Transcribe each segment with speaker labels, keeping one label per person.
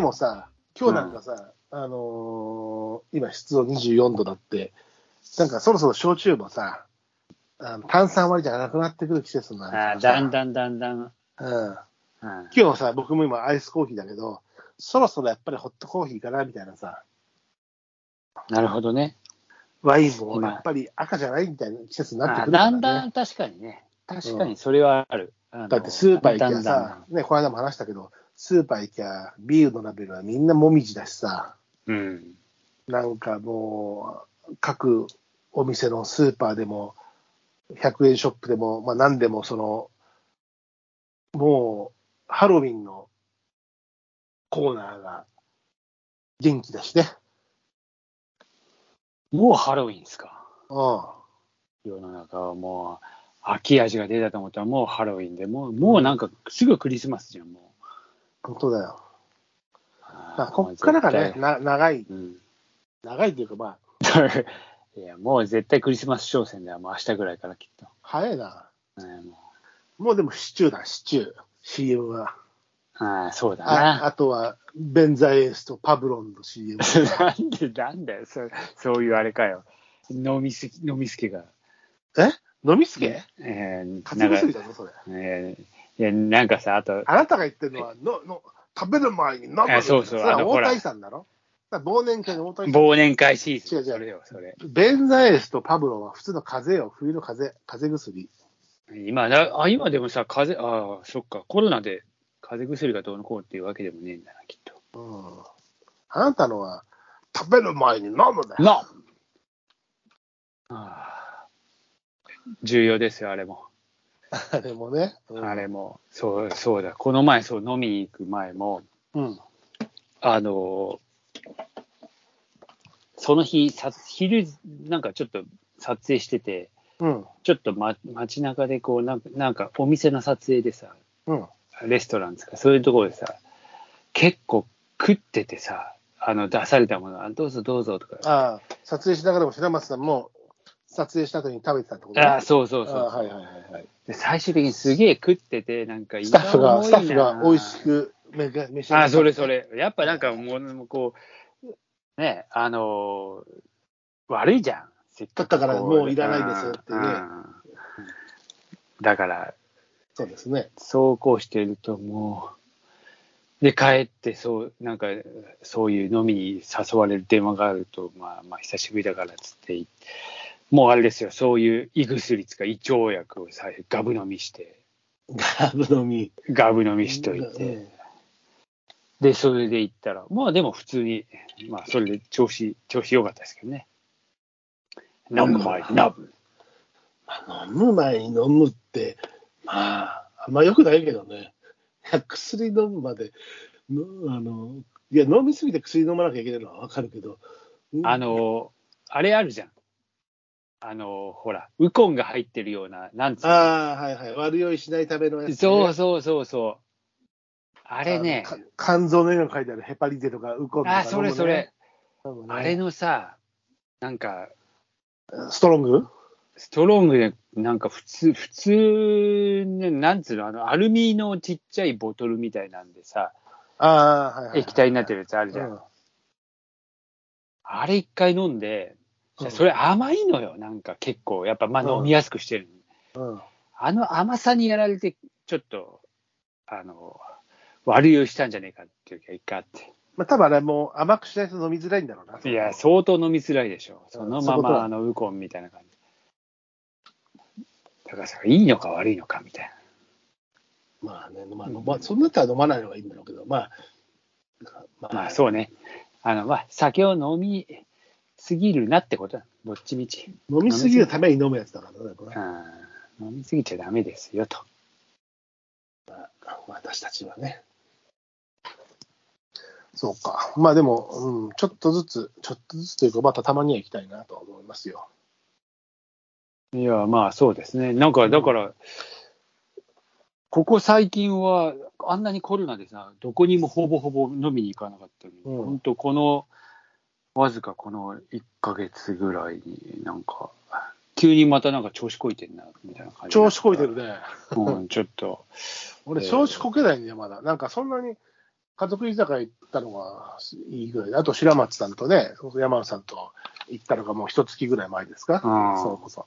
Speaker 1: もさ、今日なんかさ、あのー今湿度24度だって、なんかそろそろ焼酎もさ、あの炭酸割りじゃなくなってくる季節になる
Speaker 2: あーだんだんだんだん。うん
Speaker 1: うん。今日さ、僕も今アイスコーヒーだけど、そろそろやっぱりホットコーヒーかなみたいなさ、
Speaker 2: なるほどね。
Speaker 1: ワインも
Speaker 2: 今
Speaker 1: やっぱり赤じゃないみたいな季節になって
Speaker 2: あ
Speaker 1: くる
Speaker 2: ー
Speaker 1: から、
Speaker 2: だ
Speaker 1: ね。
Speaker 2: んだん確かにね。確かにそれはある。あの
Speaker 1: だってスーパー行
Speaker 2: だ
Speaker 1: き
Speaker 2: ん
Speaker 1: ゃ
Speaker 2: だんだん
Speaker 1: さ、ね、この間も話したけど、スーパー行きゃビールのラベルはみんなもみじだしさ、
Speaker 2: うん。
Speaker 1: なんかもう、各お店のスーパーでも、100円ショップでも、まあ何でもその、もう、ハロウィンのコーナーが元気だしね。
Speaker 2: もうハロウィンですか。
Speaker 1: うん。
Speaker 2: 世の中はもう、秋味が出たと思ったらもうハロウィンで、もうもうなんかすぐクリスマスじゃん、もう。
Speaker 1: 本当だよ。まあ、
Speaker 2: あー
Speaker 1: こっからが
Speaker 2: もう
Speaker 1: ね
Speaker 2: 絶、対
Speaker 1: な長い、
Speaker 2: うん。
Speaker 1: 長いというかまあ、
Speaker 2: いや、もう絶対クリスマス商戦だよ、もう明日ぐらいからきっと。
Speaker 1: 早いな。
Speaker 2: うんも
Speaker 1: もうでもシチューだ、シチュー。CM は。
Speaker 2: うああ、そうだ
Speaker 1: あ
Speaker 2: な。
Speaker 1: あとは、ベンザエースとパブロンの CM。
Speaker 2: なんで、なんだよ、そそういうあれかよ。飲みすぎ、飲みすぎが。
Speaker 1: え飲みす
Speaker 2: け
Speaker 1: け
Speaker 2: えー、
Speaker 1: か
Speaker 2: な
Speaker 1: つ
Speaker 2: んか
Speaker 1: みすぎ、だぞ、それ。
Speaker 2: えー、いや、なんかさ、あと、
Speaker 1: あなたが言ってるのは、のの食べる前に飲む
Speaker 2: あそうそう
Speaker 1: れ
Speaker 2: あ
Speaker 1: は大
Speaker 2: のほ
Speaker 1: 谷
Speaker 2: ら
Speaker 1: さんだろだから忘年会の大谷さん。
Speaker 2: 忘年会シー
Speaker 1: 違う違
Speaker 2: ズン。
Speaker 1: う
Speaker 2: それよ、それ。
Speaker 1: ベンザエースとパブロンは普通の風邪よ、冬の風邪、風邪薬。
Speaker 2: 今なあ、今でもさ、風邪、ああ、そっか、コロナで風邪薬がどうのこうっていうわけでもねえんだな、きっと。
Speaker 1: うん。あなたのは、食べる前に飲むだよ。
Speaker 2: なああ重要ですよ、あれも。
Speaker 1: あれもね。うん
Speaker 2: あれも。そう、そうだ。この前、そう、飲みに行く前も、
Speaker 1: うん。
Speaker 2: あのその日、さ昼、なんかちょっと撮影してて、
Speaker 1: うん。
Speaker 2: ちょっと、ま、街中でこうなんか、なんかお店の撮影でさ、
Speaker 1: うん。
Speaker 2: レストランですか、そういうところでさ、結構食っててさ、あの出されたものは、どうぞどうぞとか、
Speaker 1: ああ、撮影しながらも白松さんも、撮影した後に食べてたってことね
Speaker 2: ああ、そうそうそう
Speaker 1: ああはいはいはいはい。
Speaker 2: で最終的にすげえ食ってて、なんか胃
Speaker 1: スタッフが、スタッフが美味し
Speaker 2: く。
Speaker 1: くめが召し上が
Speaker 2: あ
Speaker 1: っ
Speaker 2: あ、それそ。れ。やっぱなんかもう、もうこう、ね、あのー悪いじゃん。せっかく
Speaker 1: だったから
Speaker 2: こ
Speaker 1: もういらないですよってね
Speaker 2: うんうんだから、
Speaker 1: そうですね。
Speaker 2: そうこうしてるともう、で、帰って、そう、なんか、そういう飲みに誘われる電話があると、まあ、まあ、久しぶりだからっつって、もうあれですよ、そういう胃薬つか胃腸薬を最初、ガブ飲みして、
Speaker 1: ガブ飲み。
Speaker 2: ガブ飲みしといて、で、それで行ったら、まあでも普通に、まあそれで調子、調子良かったですけどね。飲む前に、ナブ。
Speaker 1: 飲む前に飲むって、まあ、あんま良くないけどね。薬飲むまで、のあの、いや、飲みすぎて薬飲まなきゃいけないのはわかるけど。
Speaker 2: あ、の、あれあるじゃん。あの、ほら、ウコンが入ってるような、なんつう
Speaker 1: あ
Speaker 2: の
Speaker 1: あ、はいはい。悪酔いしないためのやつね、
Speaker 2: そうそうそうそう。あ
Speaker 1: あ
Speaker 2: れね、
Speaker 1: の。か肝臓の絵が書いてあるヘパリゼとかウコンとか、
Speaker 2: あ、それそれ、
Speaker 1: 飲むね。
Speaker 2: あれのさ、なんか、
Speaker 1: ストロング
Speaker 2: ストロングで、なんか普通、普通ね、なんつうの、あの、アルミのちっちゃいボトルみたいなんでさ、
Speaker 1: ああ、はい、はい。
Speaker 2: 液体になってるやつあるじゃん。
Speaker 1: うん
Speaker 2: あれ一回飲んで、
Speaker 1: うん
Speaker 2: それ甘いのよ、なんか結構、やっぱまあ
Speaker 1: うん
Speaker 2: 飲みやすくしてる、
Speaker 1: うん。
Speaker 2: あの甘さにやられて、ちょっと、あの、悪酔いしたんじゃねえかっていう気が一回あって。
Speaker 1: まあ、多分あれもう甘くしないと飲みづらいんだろうな。
Speaker 2: いや、相当飲みづらいでしょ。その
Speaker 1: そういうこ
Speaker 2: ま
Speaker 1: と
Speaker 2: ま、
Speaker 1: だ
Speaker 2: あの、ウコンみたいな感じ。高さんがいいのか悪いのかみたい
Speaker 1: まあね、まあ、
Speaker 2: うん
Speaker 1: まあ、そんなったら飲まないのがいいんだろうけど、まあ、ま
Speaker 2: な。まあ、そうね。あの、まあ、酒を飲みすぎるなってことだ。どっちみち。
Speaker 1: 飲みすぎるために飲むやつだからね、これ
Speaker 2: うん。飲みすぎちゃダメですよ、と。
Speaker 1: 私たちはね。そうか。まあでも、うん、ちょっとずつ、ちょっとずつというか、またたまには行きたいなとは思いますよ。
Speaker 2: いや、まあそうですね。なんか、だから、ここ最近は、あんなにコロナでさ、どこにもほぼほぼ飲みに行かなかったのに、
Speaker 1: う
Speaker 2: ほ
Speaker 1: ん
Speaker 2: ん、本当この、わずかこの1ヶ月ぐらいに、なんか、急にまたなんか調子こいてんな、みたいな感じ。
Speaker 1: 調子こいてる。ね。
Speaker 2: うん、ちょっと。
Speaker 1: 俺、
Speaker 2: えー
Speaker 1: 調子こけないんだよ、まだ。なんかそんなに、家族居酒屋行ったのがいいぐらいで、あと白松さんとね、そうそう山野さんと行ったのがもう一月ぐらい前ですか、
Speaker 2: あー
Speaker 1: そうこそ。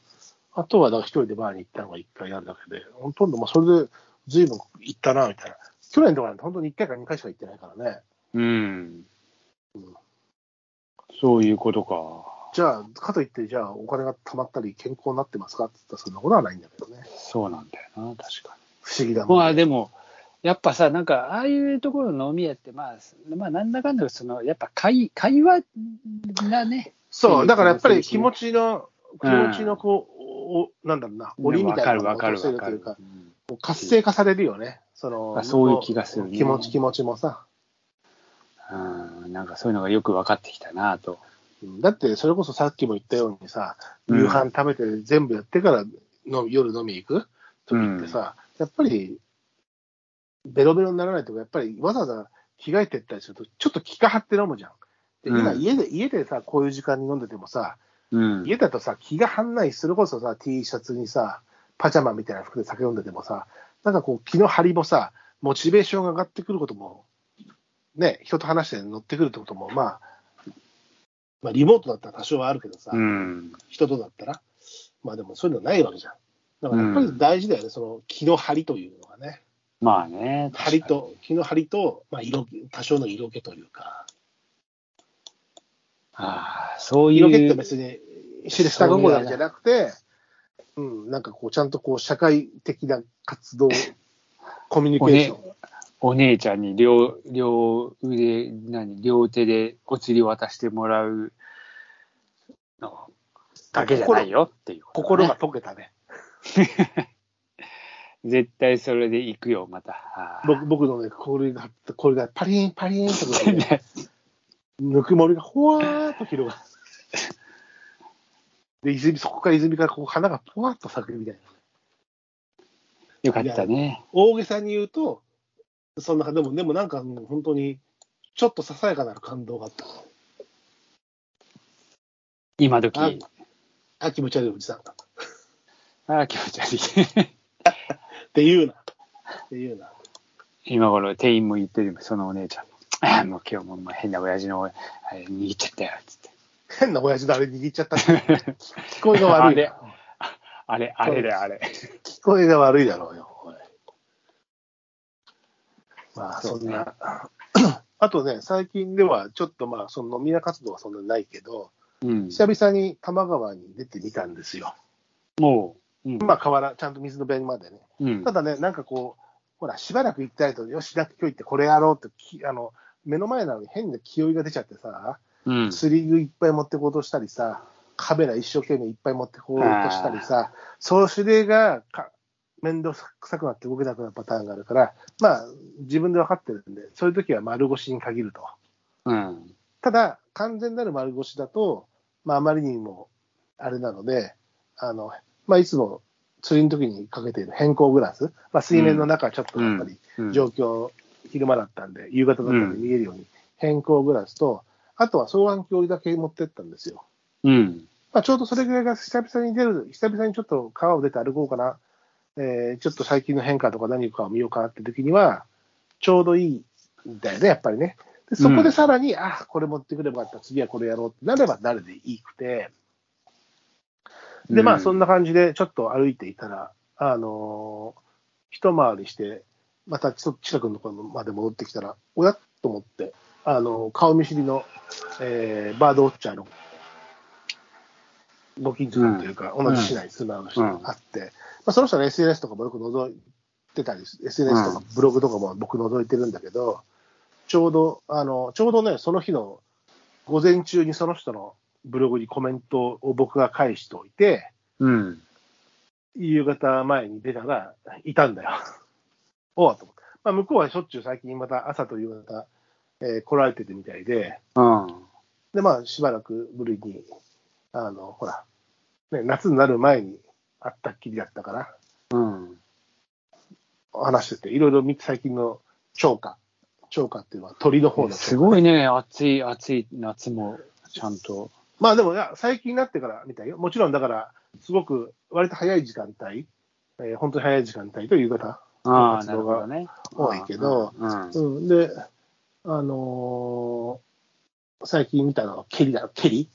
Speaker 1: あとは、だから一人でバーに行ったのが一回あるだけで、ほとんどもうそれで随分行ったな、みたいな。去年とかなんて本当に一回か二回しか行ってないからね。
Speaker 2: うん
Speaker 1: うん。
Speaker 2: そういうことか。
Speaker 1: じゃあ、かといって、じゃあお金が貯まったり健康になってますかって言ったらそんなことはないんだけどね。
Speaker 2: そうなんだよな、確か
Speaker 1: 不思議だ
Speaker 2: に。ま
Speaker 1: もん、
Speaker 2: あでも、やっぱさ、なんか、ああいうところの飲み屋って、まあ、まあ、なんだかんだ、その、やっぱ会、会話がね、
Speaker 1: そう、だからやっぱ
Speaker 2: いい
Speaker 1: り
Speaker 2: です
Speaker 1: 気
Speaker 2: ね
Speaker 1: 持ちの、気
Speaker 2: うん
Speaker 1: 持ちのこう、おなんだろうな、檻みたいなのが
Speaker 2: わかるわかる
Speaker 1: 落
Speaker 2: わ
Speaker 1: と
Speaker 2: か
Speaker 1: せる
Speaker 2: る
Speaker 1: という。こう活性化されるよね。そ
Speaker 2: あ
Speaker 1: の
Speaker 2: そういう気がするね
Speaker 1: 気持ち気持ちもさ。
Speaker 2: うんうん、なんかそういうのがよく分かってきたなと。
Speaker 1: うんだって、それこそさっきも言ったようにさ、
Speaker 2: うん
Speaker 1: 夕飯食べて全部やってからの夜飲み行く時ってさ、やっぱり、ベロベロにならないとか、やっぱりわざわざ着替えてったりすると、ちょっと気が張って飲むじゃん。で今
Speaker 2: うん
Speaker 1: 家で、家でさ、こういう時間に飲んでてもさ、
Speaker 2: うん。
Speaker 1: 家だとさ、気が張んない、それこそさ、T シャツにさ、パジャマみたいな服で酒飲んでてもさ、なんかこう、気の張りもさ、モチベーションが上がってくることも、ね、人と話して乗ってくるってことも、まあ、まあ、リモートだったら多少はあるけどさ、
Speaker 2: うん。
Speaker 1: 人とだったら、まあでもそういうのないわけじゃん。だからやっぱり大事だよね、その気の張りというのがね、
Speaker 2: まあね。
Speaker 1: 張りと、気の張りと、まあ、色気、多少の色気というか、
Speaker 2: ああ、そういう。
Speaker 1: 色気って別に、知る下心だけじゃなくて、うん、なんかこう、ちゃんとこう、社会的な活動、コミュニケーション。
Speaker 2: お姉ちゃんに両両腕何両手でお釣り渡してもらうのだけじゃないよっていうことね、
Speaker 1: 心が溶けたね。
Speaker 2: 絶対それで行くよまたあー
Speaker 1: 僕僕のね、氷が、氷がパリンパリンとか、ね、ぬくもりがほわーっと広がる。で、泉、そこから泉からこう花がぽわっと咲くみたいな。
Speaker 2: よかったね
Speaker 1: 大げさに言うと、そんな、でも、でもなんかもう本当に、ちょっとささやかな感動があった。
Speaker 2: 今時
Speaker 1: あ
Speaker 2: あ
Speaker 1: あ、気持ち悪いおじさんが。っ
Speaker 2: あー気持ち悪 い
Speaker 1: ていうな。っていうな。
Speaker 2: 今頃店員も言ってるよそのお姉ちゃんもあー もう今日ももう変な親父のあれ握っちゃったよつって
Speaker 1: 変な親父のあれ握っちゃったって。 聞こえが悪いな。
Speaker 2: あれあれであれ
Speaker 1: 聞こえが悪いだろうよ。おいまあ、
Speaker 2: そ
Speaker 1: そう
Speaker 2: ね
Speaker 1: んな。 あとね、最近ではちょっとまあ、その飲み屋活動はそんなにないけど、
Speaker 2: うん
Speaker 1: 久々に多摩川に出てみたんですよ。
Speaker 2: もううん
Speaker 1: まあ、河原、ちゃんと水の弁までね。
Speaker 2: うん
Speaker 1: ただね、なんかこう、ほら、しばらく行ってないと、よし、だって今日行ってこれやろうってき、あの、目の前なのに変な気負いが出ちゃってさ、
Speaker 2: うん
Speaker 1: 釣り具いっぱい持ってこうとしたりさ、カメラ一生懸命いっぱい持ってこうとしたりさ、総指令がか面倒くさくなって動けなくなるパターンがあるから、まあ、自分で分かってるんで、そういう時は丸腰に限ると。
Speaker 2: うん
Speaker 1: ただ、完全なる丸腰だと、まあ、あまりにもあれなので、あの、まあ、いつも釣りの時にかけている変更グラス、まあ、水面の中はちょっとやっぱり、
Speaker 2: うん
Speaker 1: 状況、昼間だったんで、夕方だったんで見えるように変更グラスと、あとは双眼鏡だけ持ってったんですよ。
Speaker 2: うん
Speaker 1: まあ、ちょうどそれぐらいが久々に出る、久々にちょっと川を出て歩こうかな、えーちょっと最近の変化とか何かを見ようかなって時には、ちょうどいいんだよね、やっぱりね。でそこでさらに、あ、これ持ってくればよかった、次はこれやろうってなればなるでいいくて、で、まあ、そんな感じで、ちょっと歩いていたら、あのー一回りして、またちょ近くのところまで戻ってきたら、おやっと思って、あのー顔見知りの、えーバードウォッチャーの、ご近所さんというか、
Speaker 2: ん
Speaker 1: 同じ市内に住むあの人
Speaker 2: うん
Speaker 1: があって、まあ、その人の SNS とかもよく覗いてたり、SNS とかブログとかも僕覗いてるんだけど、ちょうど、あの、ちょうどね、その日の午前中にその人のブログにコメントを僕が返しておいて、
Speaker 2: うん。
Speaker 1: 夕方前に出たら、いたんだよ。 おうと思って。まあ、向こうはしょっちゅう最近また朝と夕方、えー来られててみたいで、
Speaker 2: うん。
Speaker 1: で、まあ、しばらくぶりに、あの、ほら、ね、夏になる前に会ったっきりだったから、
Speaker 2: うん。
Speaker 1: 話してて、いろいろみ最近の超過。超過っていうのは鳥の方の
Speaker 2: す
Speaker 1: 鳥
Speaker 2: ごいね、暑い、暑い夏も、ちゃんと。
Speaker 1: まあでもいや、最近になってからみたいよ。もちろんだから、すごく割と早い時間帯、えー本当に早い時間帯と夕方
Speaker 2: ああ、
Speaker 1: 活
Speaker 2: なる
Speaker 1: 動
Speaker 2: ほど
Speaker 1: が
Speaker 2: ね。
Speaker 1: 多いけど
Speaker 2: うん。うん
Speaker 1: うん、で、あのー最近見たのはケリだ、ケリ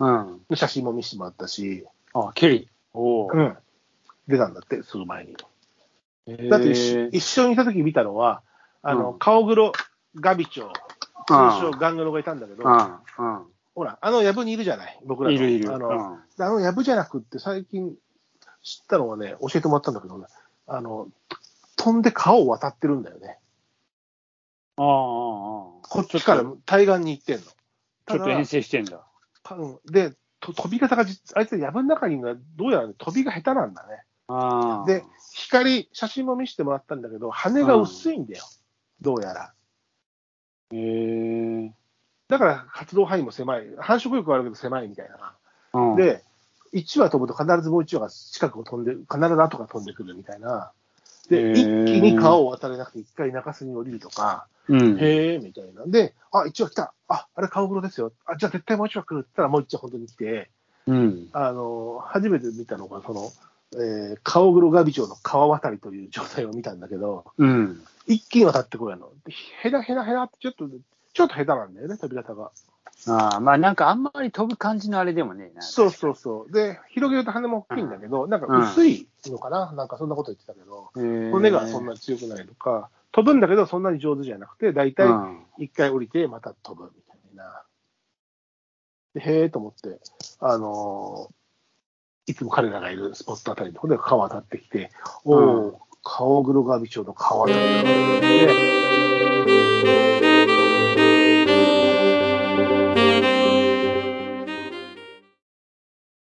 Speaker 2: うん。
Speaker 1: の写真も見せてもらったし、
Speaker 2: あ、ケリー。おお。
Speaker 1: うん、出たんだって、その前に。だ
Speaker 2: だ
Speaker 1: って一緒一緒にいた時見たのは、あの、
Speaker 2: うん
Speaker 1: 顔黒ガビチョウ、通称ガングロがいたんだけど、
Speaker 2: うん。
Speaker 1: ほら、あのヤブにいるじゃない、僕
Speaker 2: う
Speaker 1: ら
Speaker 2: ん。
Speaker 1: の
Speaker 2: いるいる。
Speaker 1: あの、
Speaker 2: うん
Speaker 1: あのヤブじゃなくって、最近知ったのはね、教えてもらったんだけどね、あの、飛んで川を渡ってるんだよね。
Speaker 2: ああ、ああ。
Speaker 1: こっちから対岸に行ってんの。
Speaker 2: ちょっ
Speaker 1: た
Speaker 2: と
Speaker 1: だ
Speaker 2: 編成してんだ。
Speaker 1: かうんで、と飛び方が実、あいつ、藪の中にいるのは、どうやらね飛びが下手なんだね。
Speaker 2: ああ。
Speaker 1: で、光、写真も見せてもらったんだけど、羽が薄いんだよ、どうやら。
Speaker 2: へえ。
Speaker 1: だから活動範囲も狭い、繁殖力はあるけど狭いみたいな。
Speaker 2: うん、
Speaker 1: で、1羽飛ぶと必ずもう1羽が近くを飛んで、必ず後が飛んでくるみたいな。
Speaker 2: へ
Speaker 1: で、
Speaker 2: ー
Speaker 1: 一気に川を渡れなくて、一回中州に降りるとか、
Speaker 2: うん。
Speaker 1: へえみたいな。で、あ、1羽来た、あ、あれ顔黒ですよ、あ、じゃあ絶対もう1羽来るって言ったら、もう1羽本当に来て、
Speaker 2: うん。
Speaker 1: あの、初めて見たのが、その、えー、顔黒ガビチョウの川渡りという状態を見たんだけど、
Speaker 2: うん。
Speaker 1: 一気に渡ってこいの。でへなへなへなって、ちょっと、ちょっと下手なんだよね、飛び方が。
Speaker 2: ああ、まあなんかあんまり飛ぶ感じのあれでもねえな。
Speaker 1: そうそうそう。で、広げると羽も大きいんだけど、なんか薄いのかな、なんかそんなこと言ってたけど、
Speaker 2: う
Speaker 1: 骨がそんな強くないとか、飛ぶんだけどそんなに上手じゃなくて、大体
Speaker 2: うん
Speaker 1: 一回降りてまた飛ぶみたいな。でへえと思って、あのーいつも彼らがいるスポットあたりのところで川渡ってきて、おお、
Speaker 2: うん
Speaker 1: 顔黒ガビチョウの川渡りだなと思って、